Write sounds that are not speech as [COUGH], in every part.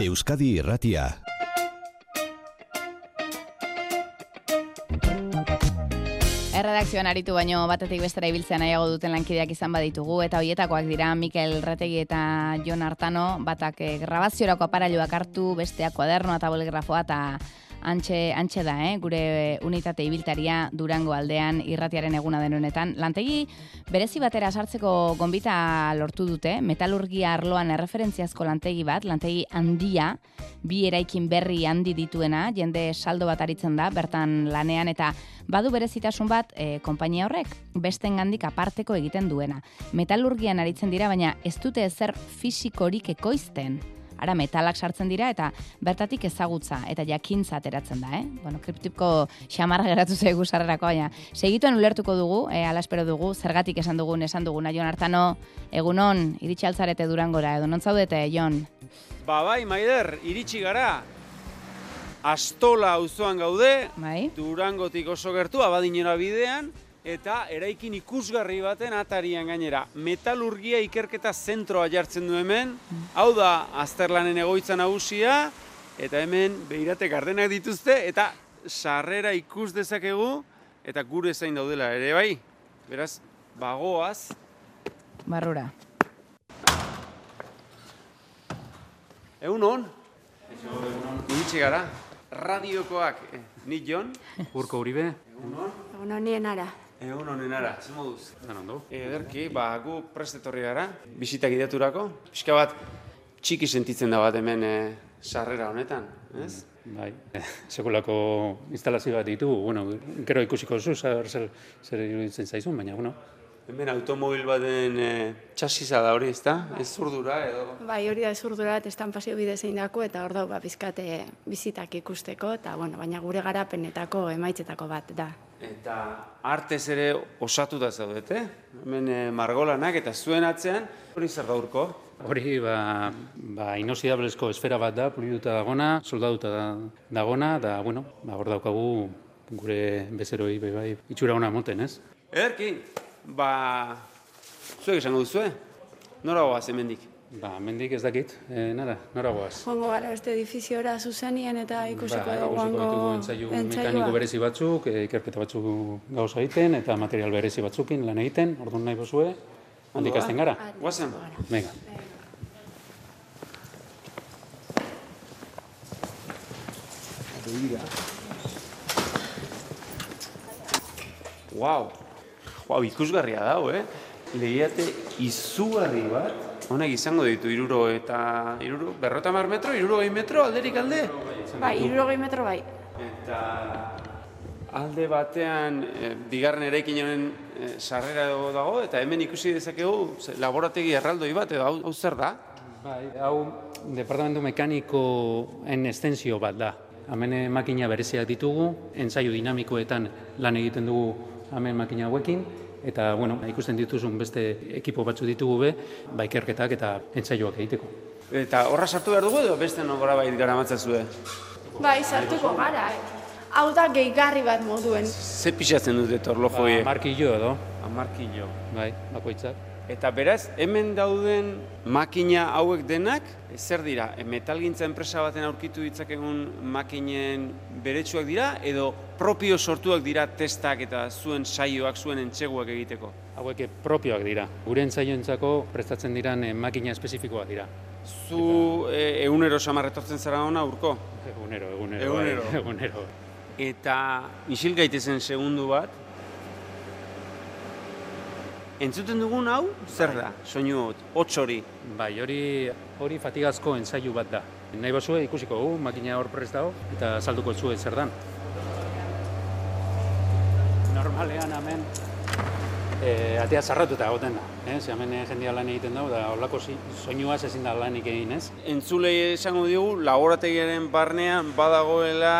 Euskadi Irratia. Erredakzioan aritu baino batetik bestera ibiltzen nahiago duten lankideak izan baditugu eta hoietakoak dira Mikel Rategi eta Jon Artano, batak eh, grabaziorako aparailuak hartu, bestea kuaderno eta bolgrafoa eta Antxe, antxe da, eh? gure unitate ibiltaria Durango aldean irratiaren eguna den honetan. Lantegi, berezi batera sartzeko gonbita lortu dute, metalurgia arloan erreferentziazko lantegi bat, lantegi handia, bi eraikin berri handi dituena, jende saldo bat aritzen da, bertan lanean eta badu berezitasun bat e, konpainia horrek bestengandik aparteko egiten duena. Metalurgian aritzen dira, baina ez dute ezer fisikorik ekoizten. Ara metalak sartzen dira eta bertatik ezagutza eta jakintza ateratzen da, eh? Bueno, kriptiko xamarra geratu zaigu sarrerako baina segituen ulertuko dugu, e, ala espero dugu, zergatik esan dugun, esan duguna Jon Artano, egunon, iritsi altzarete Durangora edo non zaudete Jon? Ba bai, Maider, iritsi gara. Astola auzoan gaude, Bai? Durangotik oso gertu abadinera bidean eta eraikin ikusgarri baten atarian gainera. Metalurgia ikerketa zentroa jartzen du hemen. Hau da azterlanen egoitza nagusia eta hemen beirate gardenak dituzte eta sarrera ikus dezakegu eta gure zain daudela ere bai. Beraz, bagoaz Barrura. Egun hon? Iritsi gara. Radiokoak, eh, ni Jon. Urko Uribe, Bueno, nien ara. Egun honenara, zer moduz? zan ondo? Ederki, ba, gu prestetorri gara, bisitak idaturako. Pixka bat, txiki sentitzen da bat hemen eh, sarrera honetan, ez? Bai, [LAUGHS] eh, sekulako instalazio bat ditugu, bueno, gero ikusiko zu, zer, zer, zer iruditzen zaizun, baina, bueno, Hemen automobil baten eh, txasiza da hori, ezta? Ez zurdura edo... Bai, hori da zurdura bat estan pasio bide zein dako, eta hor dago, ba, bizkate bizitak ikusteko, eta, bueno, baina gure garapenetako emaitzetako bat da. Eta artez ere osatuta zaudete, hemen eh, margolanak eta zuen atzean, hori zer da urko? hori ba, ba inoxidablezko esfera bat da, puliduta dagona, soldaduta da, dagona, da, bueno, ba, hor daukagu gure bezeroi be bai itxura ona moten, ez? Ederki, ba, zuek esango duzue? Nora goaz hemendik? Ba, mendik ez dakit, e, nara, nora goaz. Joango gara beste edifiziora zuzenien eta ikusiko ba, dugu ikusiko hango ditugu entzaiu mekaniko entsaioa. berezi batzuk, eh, ikerketa batzuk gauza egiten, eta material berezi batzukin lan egiten, orduan nahi bozue, Ondo, handik hasten gara. Guazen? Venga. Wow. Wow, ikusgarria dago, eh? Lehiate izugarri bat. Honek izango ditu iruro eta iruro, berrota mar metro, iruro metro, alderik alde. Bai, irurogei metro bai. Eta alde batean, eh, bigarren eraikin honen eh, sarrera edo dago, eta hemen ikusi dezakegu ze, laborategi erraldoi bat, edo hau, hau zer da? Bai, hau departamentu mekanikoen estensio bat da. Hemen eh, makina bereziak ditugu, ensaio dinamikoetan lan egiten dugu hemen makina hauekin, eta bueno, ikusten dituzun beste ekipo batzu ditugu be, baikerketak eta entsaioak egiteko. Eta horra sartu behar dugu edo beste nogora bai gara matzazue? Bai, sartuko gara, eh. Hau da gehigarri bat moduen. Ze pixatzen dute torlojoie? Ba, markillo edo, Amarkillo. bai, bakoitzak. Eta beraz, hemen dauden makina hauek denak, zer dira? E, Metalgintza enpresa baten aurkitu ditzakegun makinen beretsuak dira, edo propio sortuak dira testak eta zuen saioak, zuen entseguak egiteko? Hauek eh, propioak dira. Gure entzaioentzako prestatzen diran eh, makina espezifikoak dira. Zu e, egunero samarretortzen zara ona urko? Egunero, egunero. bai, Egunero. [LAUGHS] egunero. Eta isil gaitezen segundu bat, Entzuten dugun hau, zer da, soinu hot, hots hori. Bai, hori hori fatigazko entzailu bat da. Nahi bazue ikusiko dugu, makina hor prest dago, eta salduko zu zer dan. Normalean hemen e, atea zarratuta egoten da, ez? Hemen eh, jendea lan egiten dago, da holako zi- soinuaz ezin da lanik egin, ez? Entzulei esango diogu laborategiaren barnean badagoela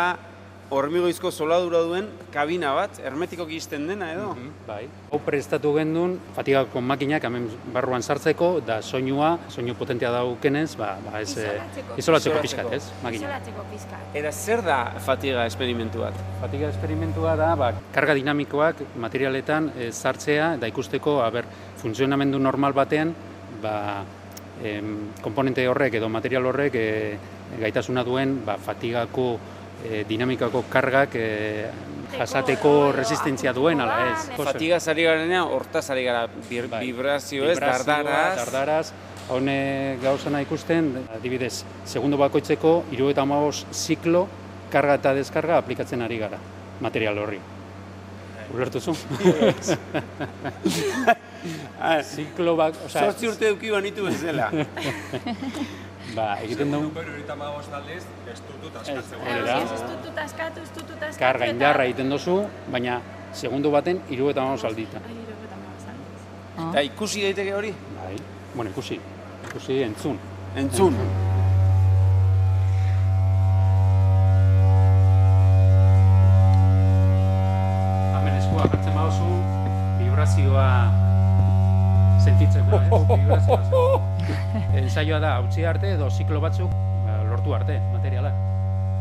hormigoizko soladura duen kabina bat, hermetikoki isten dena edo? Bai. Hau prestatu gendun, fatigako makinak hemen barruan sartzeko, da soinua, soinu potentea daukenez, ba, ba ez... eh, Isolatzeko. Isolatzeko Isolatzeko. pixkat, ez? Makina. Isolatzeko pizka. Eta zer da fatiga esperimentu bat? Fatiga esperimentua da, ba, karga dinamikoak eh, materialetan e, sartzea eta ikusteko, aber, funtzionamendu normal batean, ba, em, komponente horrek edo material horrek e, gaitasuna duen ba, fatigako e, dinamikako kargak e, jasateko resistentzia duen ala ez. Oso. Fatigaz ari garenean, hortaz ari gara, bir, Bai. vibrazio ez, Vibrazioa, dardaraz. dardaraz. Hone gauzana ikusten, adibidez, segundo bakoitzeko, iru eta ziklo, karga eta deskarga aplikatzen ari gara, material horri. [LAUGHS] Ulertuzu? Ah, ziklo bak, osea, Zortzi urte eduki banitu [LAUGHS] bezala. ba, egiten dugu, Pero eta magoz aldiz, estututa Ez, askatzen. hori da. karga indarra egiten duzu, baina segundo baten iru eta aldita. Oh. Eta ikusi daiteke hori? Bai, bueno, ikusi, ikusi entzun. Entzun. Hemen eskua jartzen baduzu, vibrazioa sentitzeko, ez? Vibrazioa Ensaioa da, utzi arte edo ziklo batzuk ba, lortu arte, materiala.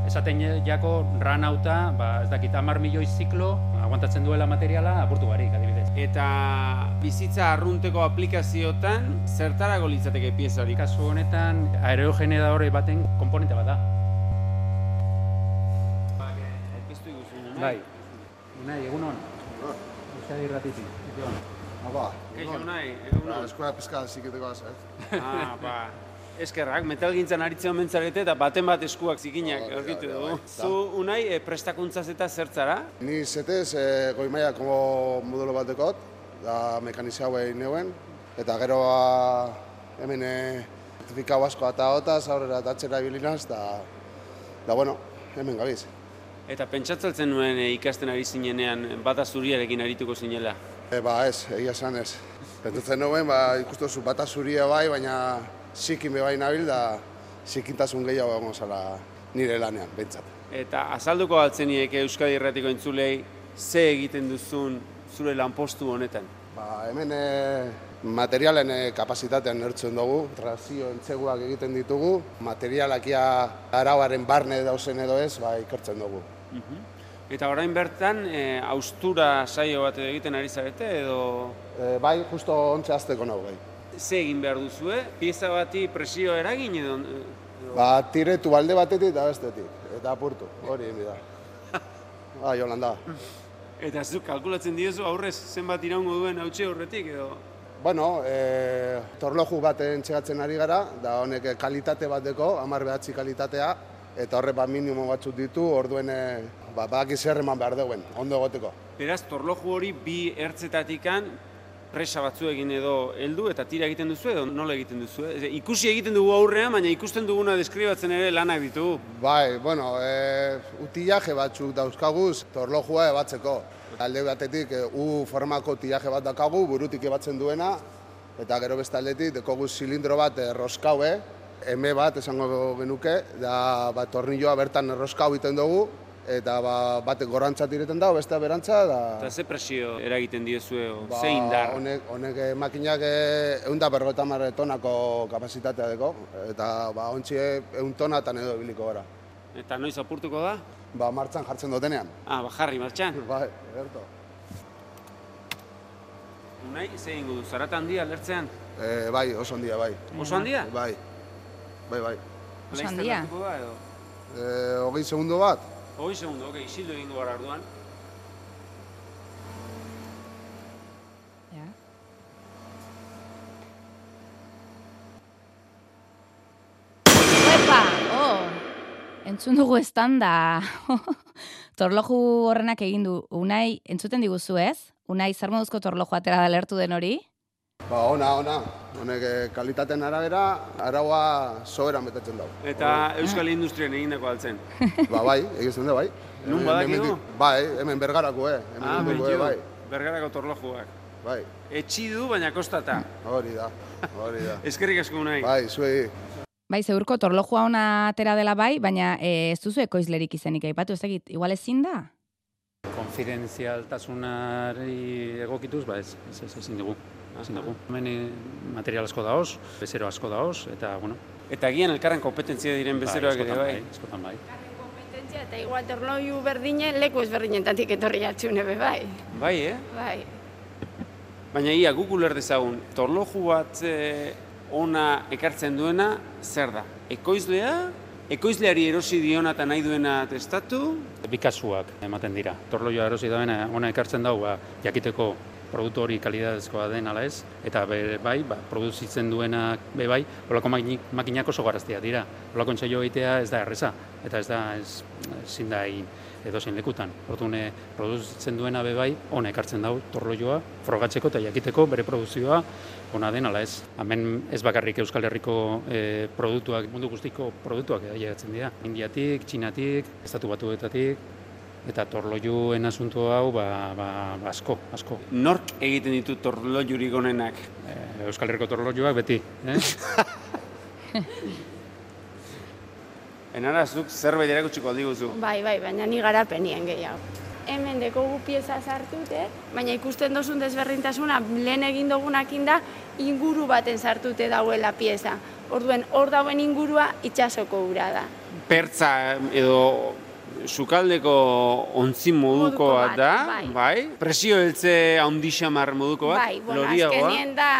Esaten jako ranauta, ba, ez dakit, amar milioi ziklo, aguantatzen duela materiala, apurtu barik, adibidez. Eta bizitza arrunteko aplikaziotan, zertarako litzateke piezarik? Kasu honetan, aerogene da hori baten komponente bat da. Piztu ikusi, no? Bai. Unai, egun hon. Euskadi irratitik. Egun Ba, Keixo nahi, Ba, eguna. eskuela pizka ziketeko az, eh? Ah, ba. [LAUGHS] Eskerrak, metalgintzan aritzen omen zarete eta baten bat eskuak zikinak Hori da, aurkitu hori da, dugu. bai. Zu, Unai, eh, prestakuntzaz eta zertzara? Ni zetez e, goi mailako modulo bat dekot, da mekanizia hauei neuen, eta gero ba, hemen e, certifikau asko eta otaz, aurrera eta atxera ibilinaz, da, da bueno, hemen gabiz. Eta pentsatzen zen nuen eh, ikasten ari zinenean bata zuriarekin arituko zinela. E, ba ez, egia esan ez. Pentsatzen nuen, ba, ikustu zu bata zuria bai, baina zikin bebai nabil, da zikintasun gehiago egon zara nire lanean, behintzat. Eta azalduko altzeniek Euskadi Irratiko entzulei ze egiten duzun zure lanpostu honetan. Ba, hemen e, materialen e, kapasitatean nertzen dugu, trazio entzeguak egiten ditugu, materialakia arauaren barne dauzen edo ez, ba, ikertzen dugu. Eta orain bertan, e, austura saio bat egiten ari zarete edo E, bai, justo ontze azteko nago bai. ze egin behar duzue? Pieza bati presio eragin edo... edo- Ba, tiretu balde batetik eta bestetik, eta apurtu, hori egin da. Ba, Jolanda. Eta zuk kalkulatzen diozu aurrez zenbat iraungo duen hautsi horretik edo... Bueno, e, torloju bat entxegatzen ari gara, da honek kalitate bat deko, amar behatzi kalitatea, eta horre ba minimo batzut ditu, orduen e, ba, baki zer eman behar duen, ondo egoteko. Beraz, torloju hori bi ertzetatikan presa batzuekin edo heldu eta tira egiten duzu edo nola egiten duzu. eh? ikusi egiten dugu aurrean, baina ikusten duguna deskribatzen ere lanak ditugu. Bai, bueno, e, utilaje batzuk dauzkaguz torlojua ebatzeko. Alde batetik e, U formako tilaje bat dakagu, burutik ebatzen duena, eta gero beste aldetik dekogu zilindro bat erroskaue, eme bat esango genuke, da ba, tornilloa bertan erroskau egiten dugu, eta ba, batek gorantzat ireten da, bestea berantza, da... Eta ze presio eragiten diezue, Ba, ba, ze indar? Honek, honek eh, makinak e, egun da berrota tonako kapasitatea deko, eta ba, ontsi egun tonatan edo biliko gara. Eta noiz apurtuko da? Ba, martxan jartzen dutenean. Ah, ba, jarri martxan. Bai, berto. Unai, ze ingo du, zarata handia lertzean? E, bai, oso handia, bai. Oso handia? Bai, bai, bai. Oso handia. Laizten da, edo? E, hogei segundo bat, Hogei segundo, okei, isildu egingo gara orduan. Ja. Epa! Oh! Entzun dugu estanda. [LAUGHS] torloju horrenak egin du. Unai, entzuten diguzu ez? Unai, zer moduzko torloju atera da lertu den hori? ba, ona, ona. Honek eh, kalitateen arabera, araua soberan betetzen dugu. Eta Euskal Industrian egindako altzen. Ba, bai, egizten da, bai. Nun Hemen- badakigu? hemendik- Bai, hemen bergarako, eh. Hemen Ah, inguruko, beitu, eh, bergarako torlojuak. bai, bai. Etxi du, baina kostata. Hori da, hori [LAUGHS] da. Eskerrik asko Unai. bai, zuei, Bai, zeurko torlojua ona atera dela bai, baina eh, ez duzu ekoizlerik izenik aipatu, ez dakit, igual ezin da? Konfidentzialtasunari egokituz, ba ez, ez, ez ezin dugu. Ezin dugu. Hemen eh, material asko daoz, bezero asko daoz, eta, bueno, ba, Eta gian elkarren kompetentzia diren bezeroak ere askotan bai. askotan bai. Kompetentzia eta igual torloiu berdinen leku ezberdinetatik etorri jatxune be bai. Bai, eh? Bai. Baina ia guk uler dezagun, torloju bat e, ona ekartzen duena zer da? Ekoizlea, ekoizleari erosi diona eta nahi duena testatu, Bikasuak ematen dira. Torloioa erosi dagoena ona ekartzen dago ba, jakiteko produktu hori kalidadezkoa den ala ez, eta be, bai, ba, produzitzen duenak be bai, olako makinak, makinak oso garaztia dira. Olako entzaio egitea ez da erreza, eta ez da ez, ezin da egin edozein lekutan. Orduan, eh, produzitzen duena be bai, ona ekartzen dau torloioa, frogatzeko eta jakiteko bere produkzioa ona den ala ez. Hemen ez bakarrik Euskal Herriko eh, produktuak, mundu guztiko produktuak edaiatzen dira. Indiatik, Txinatik, Estatu Batuetatik, eta torloioen asunto hau ba, ba, ba asko, asko. nork egiten ditu torloiurik onenak. Eh, Euskal Herriko torloioak beti, eh? Enara, zuk zerbait erakutsiko aldiguzu. Bai, bai, baina ni garapenien gehiago. Hemen dekogu pieza sartute, baina ikusten dozun desberdintasuna lehen egin dogunakin da inguru baten sartute dauela pieza. Orduen hor dauen ingurua itsasoko ura da. Pertza edo sukaldeko ontzin moduko Moduko bat bat, da, bai. bai. Presio heltze handi xamar moduko bat, Bai, bueno, loriagoa. azkenien da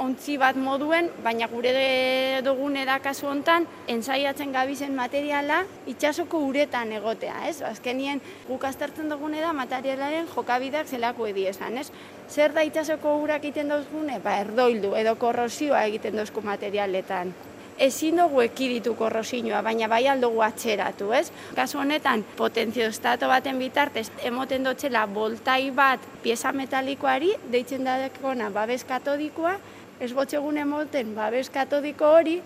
ontzi bat moduen, baina gure de- dugune da kasu hontan ensaiatzen gabizen materiala itsasoko uretan egotea, ez? Azkenien guk aztertzen dugune da materialaren jokabideak zelako ediesan, ez? Zer da itsasoko urak egiten dozgune? Ba, erdoildu edo korrosioa egiten dozku materialetan ezin dugu ekiditu korrosinua, baina bai aldugu atzeratu, ez? Kasu honetan, potentzioztato baten bitartez, emoten dotxela boltai bat pieza metalikoari, deitzen da dekona babes katodikoa, ez botxegun emoten babes katodiko hori,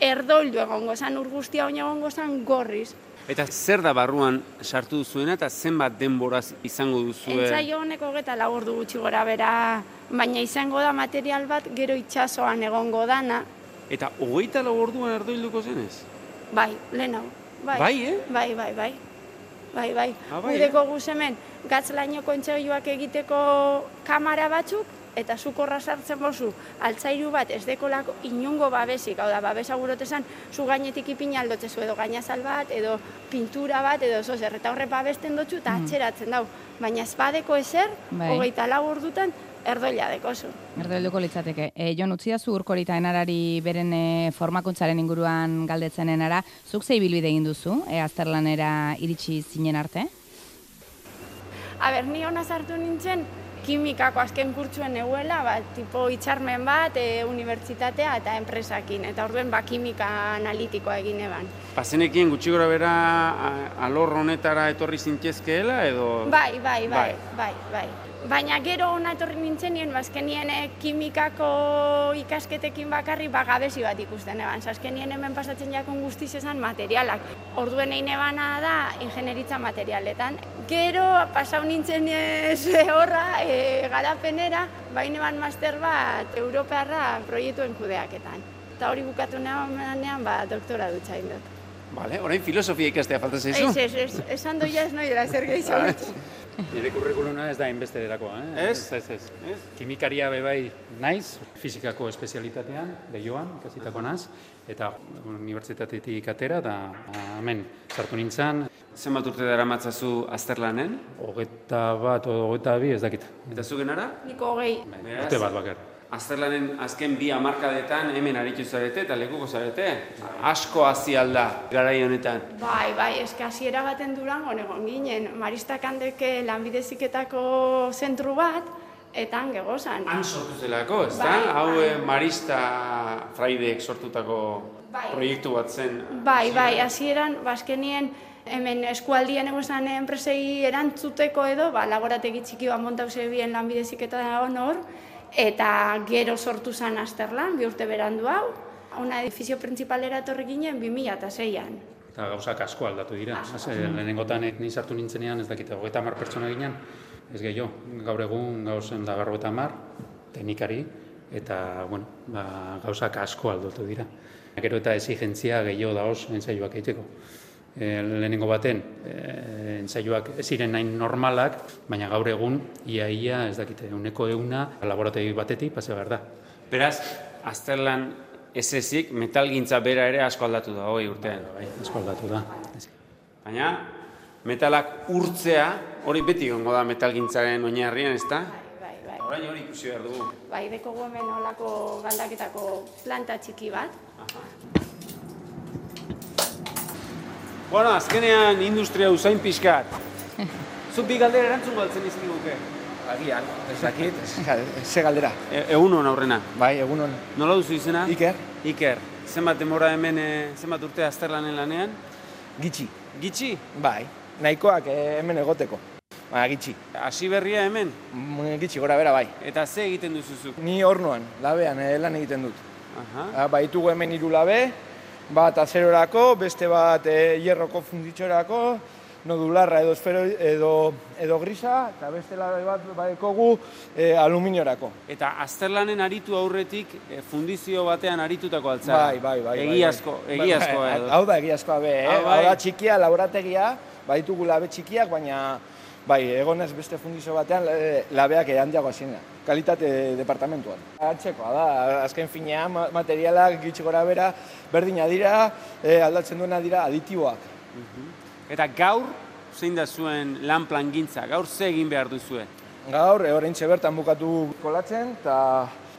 erdoldu egongo zan, urgustia oin egongo zan gorriz. Eta zer da barruan sartu duzuena eta zenbat denboraz izango duzue? Entzaio honek hogeta lau ordu gutxi gora bera, baina izango da material bat gero itsasoan egongo dana, Eta hogeita lau orduan erdoilduko zenez? Bai, lehenago. Bai, Bai, eh? Bai, bai, bai. Bai, bai. Ah, bai, Gudeko guz hemen, gatzlaino kontseioak egiteko kamara batzuk, eta zukorra sartzen bozu, altzairu bat ez dekolako inungo babesik, hau da, babesa gurotezan, zu gainetik ipin aldotzezu, edo gainazal bat, edo pintura bat, edo zozer, eta horre babesten dotzu, Mm. eta atxeratzen dau. Baina ez badeko ezer, Bai. hogeita lau ordutan, erdoila dekozu. Erdoilduko litzateke. E, Jon, utzidazu urkorita enarari beren e, formakuntzaren inguruan galdetzen enara. Zuk zei bilbide egin duzu, e, azterlanera iritsi zinen arte? Aber, ni hona sartu nintzen, kimikako azken kurtsuen eguela, ba, tipo itxarmen bat, e, unibertsitatea eta enpresakin, eta orduen ba, kimika analitikoa egin eban. Pazenekien gutxi gora bera a- alor honetara etorri zintezkeela edo... Bai, bai, bai, Bai. bai, bai. Baina gero hona etorri nintzen nien, bazkenien kimikako ikasketekin bakarri bagabezi bat ikusten eban. Azkenien hemen pasatzen jakon guztiz esan materialak. Orduen egin ebana da ingenieritza materialetan. Gero pasau nintzen eh, ze horra eh, garapenera, bain eban master bat europearra proiektuen kudeaketan. Eta hori bukatu nean, ba, doktora dutxa indot. Vale, orain filosofia ikastea falta zaizu? Ez, ez, ez, esan doia ez noidela zer gehiago. Nire kurrikuluna ez da enbeste delakoa, eh? Ez? Ez, ez, ez. Ez? Kimikaria be bai naiz, fisikako espezialitatean, behioan, ikasitako naz, eta unibertsitatetik atera, eta hemen sartu nintzen, Zenbat urte dara matzazu azterlanen? hogeta bat, o hogeta bi, ez dakit. Eta zu genara? Niko gehi. Beraz, Urte bat bakar. Azterlanen azken bi hamarkadetan hemen aritu zarete eta lekuko zarete. Asko hazi alda garai honetan. Bai, bai, eske hasiera baten durango egon ginen, Marista Kandeke lanbideziketako zentru bat, eta han gegozan. Han sortu zelako, ez da? Bai, Hau bai. eh, Marista Fraideek sortutako Bai. proiektu bat zen. Bai, bai, hasieran bazkenien hemen eskualdien egozan enpresei erantzuteko edo, ba, laborategi txiki bat montau zebien lanbideziketa da honor, eta gero sortu zan azterlan, bi urte berandu hau, ona edifizio printzipalera etorri ginen 2006an. Eta gauzak asko aldatu dira. Hase, lehenengotan eh, ni sartu nintzenean, ez dakit, hogeita mar pertsona ginen, ez gehiago, gaur egun gauzen da berrogeita hamar, teknikari, eta, bueno, ba, gauzak asko aldatu dira. Gero eta exigentzia gehiago daoz entzaioak egiteko. E, lehenengo baten, e, entzaioak ez ziren nain normalak, baina gaur egun, iaia, ia, ez dakite, uneko euna, laborategi batetik, pase behar da. Beraz, azterlan ez ezik, metalgintza bera ere asko aldatu da, hogei urtean. Bai, asko aldatu da. Baina, metalak urtzea, hori beti gongo da metalgintzaren oinarrian, ez da? Bai, bai, orain hori ikusi behar dugu. Bai, dekogu hemen olako galdaketako planta txiki bat. Bueno, azkenean industria usain pixkat. Zuk bi galdera erantzun galtzen izkiguke. Agian, ez dakit, ze galdera. E, egun hon aurrena. Bai, egunon. Nola duzu izena? Iker, Iker. Zenbat demora hemen, eh, zenbat urte azterlanen lanean? gitxi. Gitxi, Bai, nahikoak eh, hemen egoteko. Ba, gitxi. hasi berria hemen. Mm, Gitxi gora bera bai. Eta ze egiten duzu zuk? Ni ornuan, labean eh, lan egiten dut. Aha. Ah, Baitugu hemen hiru labe, bat azerorako, beste bat eh, hierroko funditzorako, nodularra edo, esfero, edo, edo grisa, eta beste labe bat badekogu eh, aluminiorako. Eta azterlanen aritu aurretik eh, fundizio batean aritutako altzara. Bai, bai, bai. Egiazko, bai, bai. egiazkoa Bai, edo. Hau da egiazkoa be, eh? Ah, bai. Hau da txikia, laborategia, baditugu labe txikiak, baina bai, egonez beste fundizo batean eh, labeak handiago hazin da. Kalitate departamentuan. Antzekoa da, azken finean ma- materialak gitxi gora bera, berdina dira, eh, aldatzen duena dira aditiboak. Eta gaur, zein da zuen lan plangintza? Gaur ze egin behar duzue? Gaur, e, oraintxe bertan bukatu kolatzen, eta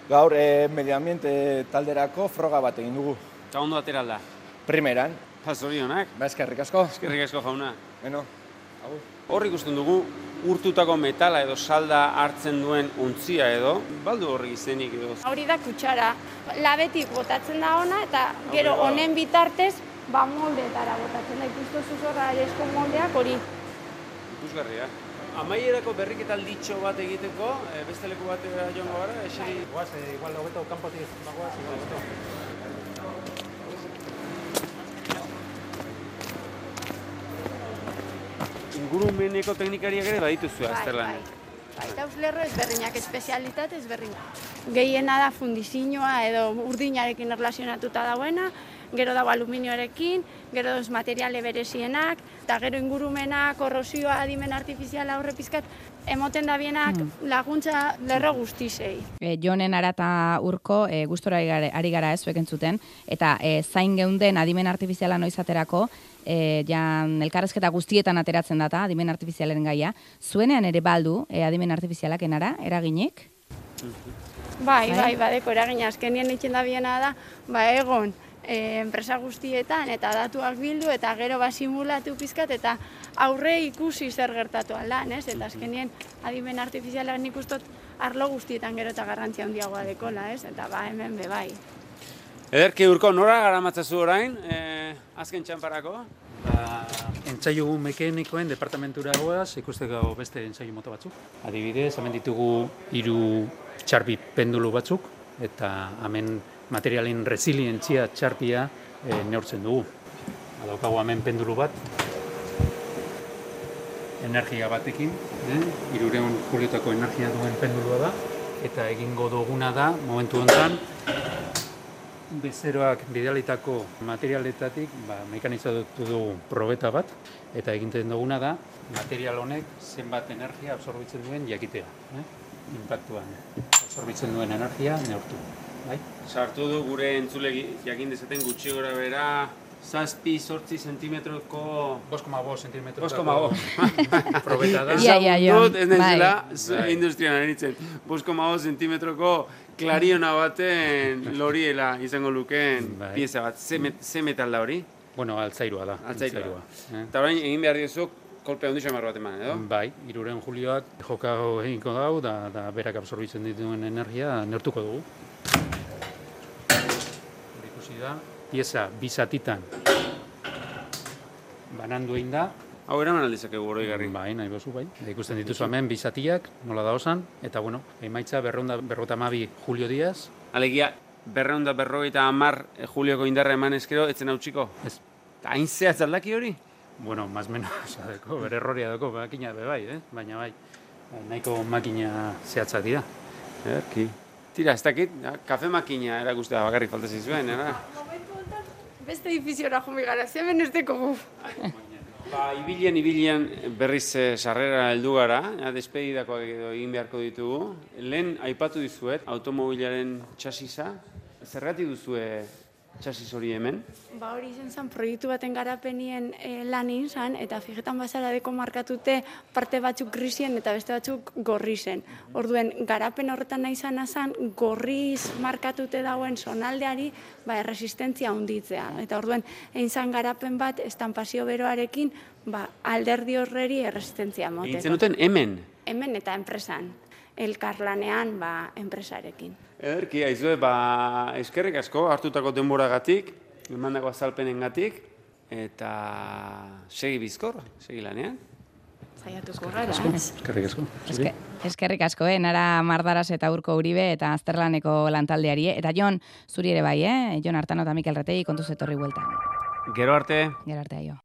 gaur e, medioambiente talderako froga bat egin dugu. Eta ondo atera da. Primeran, Pazorionak, ba, eskerrik asko. eskerrik asko jauna. Beno, Hor ikusten dugu urtutako metala edo salda hartzen duen untzia edo, baldu horri izenik edo. Hori da kutsara. Labetik botatzen da ona eta gero Hori da. honen bitartez ba moldeetara botatzen da. Ikustu zuzorra eresko moldeak hori. Ikusgarria. Amaierako berriketalditxo bat egiteko, eh, beste leku batera joango gara, eseri... Guaz, eh, igual hobeto kanpotik ez bagoaz, igual hobeto. Ingurumeneko teknikariak ere badituzue azterlan. Bai, tauslerro ezberdinak, espezialitate ezberdinak. Gehiena da fundizioa edo urdinarekin erlazionatuta dagoena, gero dago aluminioarekin, gero dauz materiale berezienak, eta gero ingurumena, korrosioa, adimen artifiziala horre pizkat, emoten da bienak laguntza lerro guztizei. E, jonen arata urko, e, gustora ari gara- ari gara ez zuek entzuten, eta e, zain geunden adimen artifiziala noiz aterako, e, jan elkarrezketa guztietan ateratzen data, adimen artifizialen gaia, zuenean ere baldu e, adimen artifizialak enara, eraginik? Bai, Bai? bai, badeko eragina. Azkenien itxen da biena da, ba egon, eh, enpresa guztietan eta datuak bildu eta gero ba simulatu pizkat eta aurre ikusi zer gertatu lan, ez? Eta azkenien adimen artifizialak nik ustot arlo guztietan gero eta garrantzia handiagoa dekola, ez? Eta ba hemen be bai. Ederki urko, nora garamatzazu orain, eh, azken txanparako? Entzaiu Ba, mekanikoen departamentura goaz ikusteko beste entzaiu mota batzuk. Adibidez, hemen ditugu hiru txarpi pendulu batzuk eta hemen materialen resilientzia txarpia e, neurtzen dugu. Badaukagu hemen pendulu bat, energia batekin, eh? irureun juliotako energia duen pendulua da, eta egingo duguna da, momentu honetan, bezeroak bidalitako materialetatik ba, mekanizatu dugu probeta bat, eta egiten duguna da, material honek zenbat energia absorbitzen duen jakitea. Eh? Impactuan, absorbitzen duen energia neurtu. Bai? Sartu du gure entzule gi- jakin dezaten gutxi gora bera, zazpi sortzi sentimetroko 5,5 cm. 5,5. probeta [LAUGHS] da. Ia, ia, ia. Ezagun dut, ez naizela, Bai. zu- industrian aritzen. 5,5 zentimetroko klariona baten loriela izango lukeen Bai. pieza bat. Ze, met, ze metal da hori? Bueno, altzairua da. Altzairua. eh? Eta orain egin behar diozu kolpe handi xamar bat eman, edo? Bai, iruren julioak joka egingo dau, da, da berak absorbitzen dituen energia neurtuko dugu. Hor ikusi da, pieza bizatitan banandu egin da, Hau eraman aldezakegu oroigarri. Bai, nahi bozu, bai. Eta Ikusten dituzu hemen bizatiak, nola da osan, eta bueno, emaitza berronda berrota mabi Julio Diaz, Alegia, berreun da berrogeita amar Julioko indarra eman ezkero, etzen hautsiko. ez, Eta hain zehatz aldaki hori? bueno, más menos, [LAUGHS] adeko, bere erroria dako, makina be bai, eh? baina bai, nahiko makina zehatzak dira. Erki. Tira, ez dakit, ja, kafe makina erakustea bakarrik falta zizuen, eh? era? Beste edifiziora jomi gara, zemen ez dekogu. Ba, ibilian, ibilian berriz eh, sarrera heldu gara, ja, despedidakoak edo egin beharko ditugu. Lehen aipatu dizuet, automobilaren txasisa, zergatik duzue txasis hori hemen? Ba hori izan zen proiektu baten garapenien e, lan egin zen, eta fijetan bazara deko markatute parte batzuk grisien eta beste batzuk gorri zen. Orduen, garapen horretan nahi zana zen, gorriz markatute dauen sonaldeari, ba, erresistentzia hunditzea. Eta orduen, egin zen garapen bat, estampazio beroarekin, ba, alderdi horreri erresistentzia Egin moteko. zenuten hemen. Hemen eta enpresan, elkarlanean, ba, enpresarekin. Ederki, aizue, ba, eskerrik asko hartutako denboragatik, emandako azalpenengatik, eta segi bizkor, segi lanean. Saiatuko gara, eh? ez? Eskerrik asko. Eske, eskerrik asko, eh? Nara Mardaraz eta Urko Uribe eta Azterlaneko lantaldeari. eh? Eta Jon, zuri ere bai, eh? Jon Artano eta Mikel Retegi kontuz etorri bueltan. Gero arte. Gero arte aio.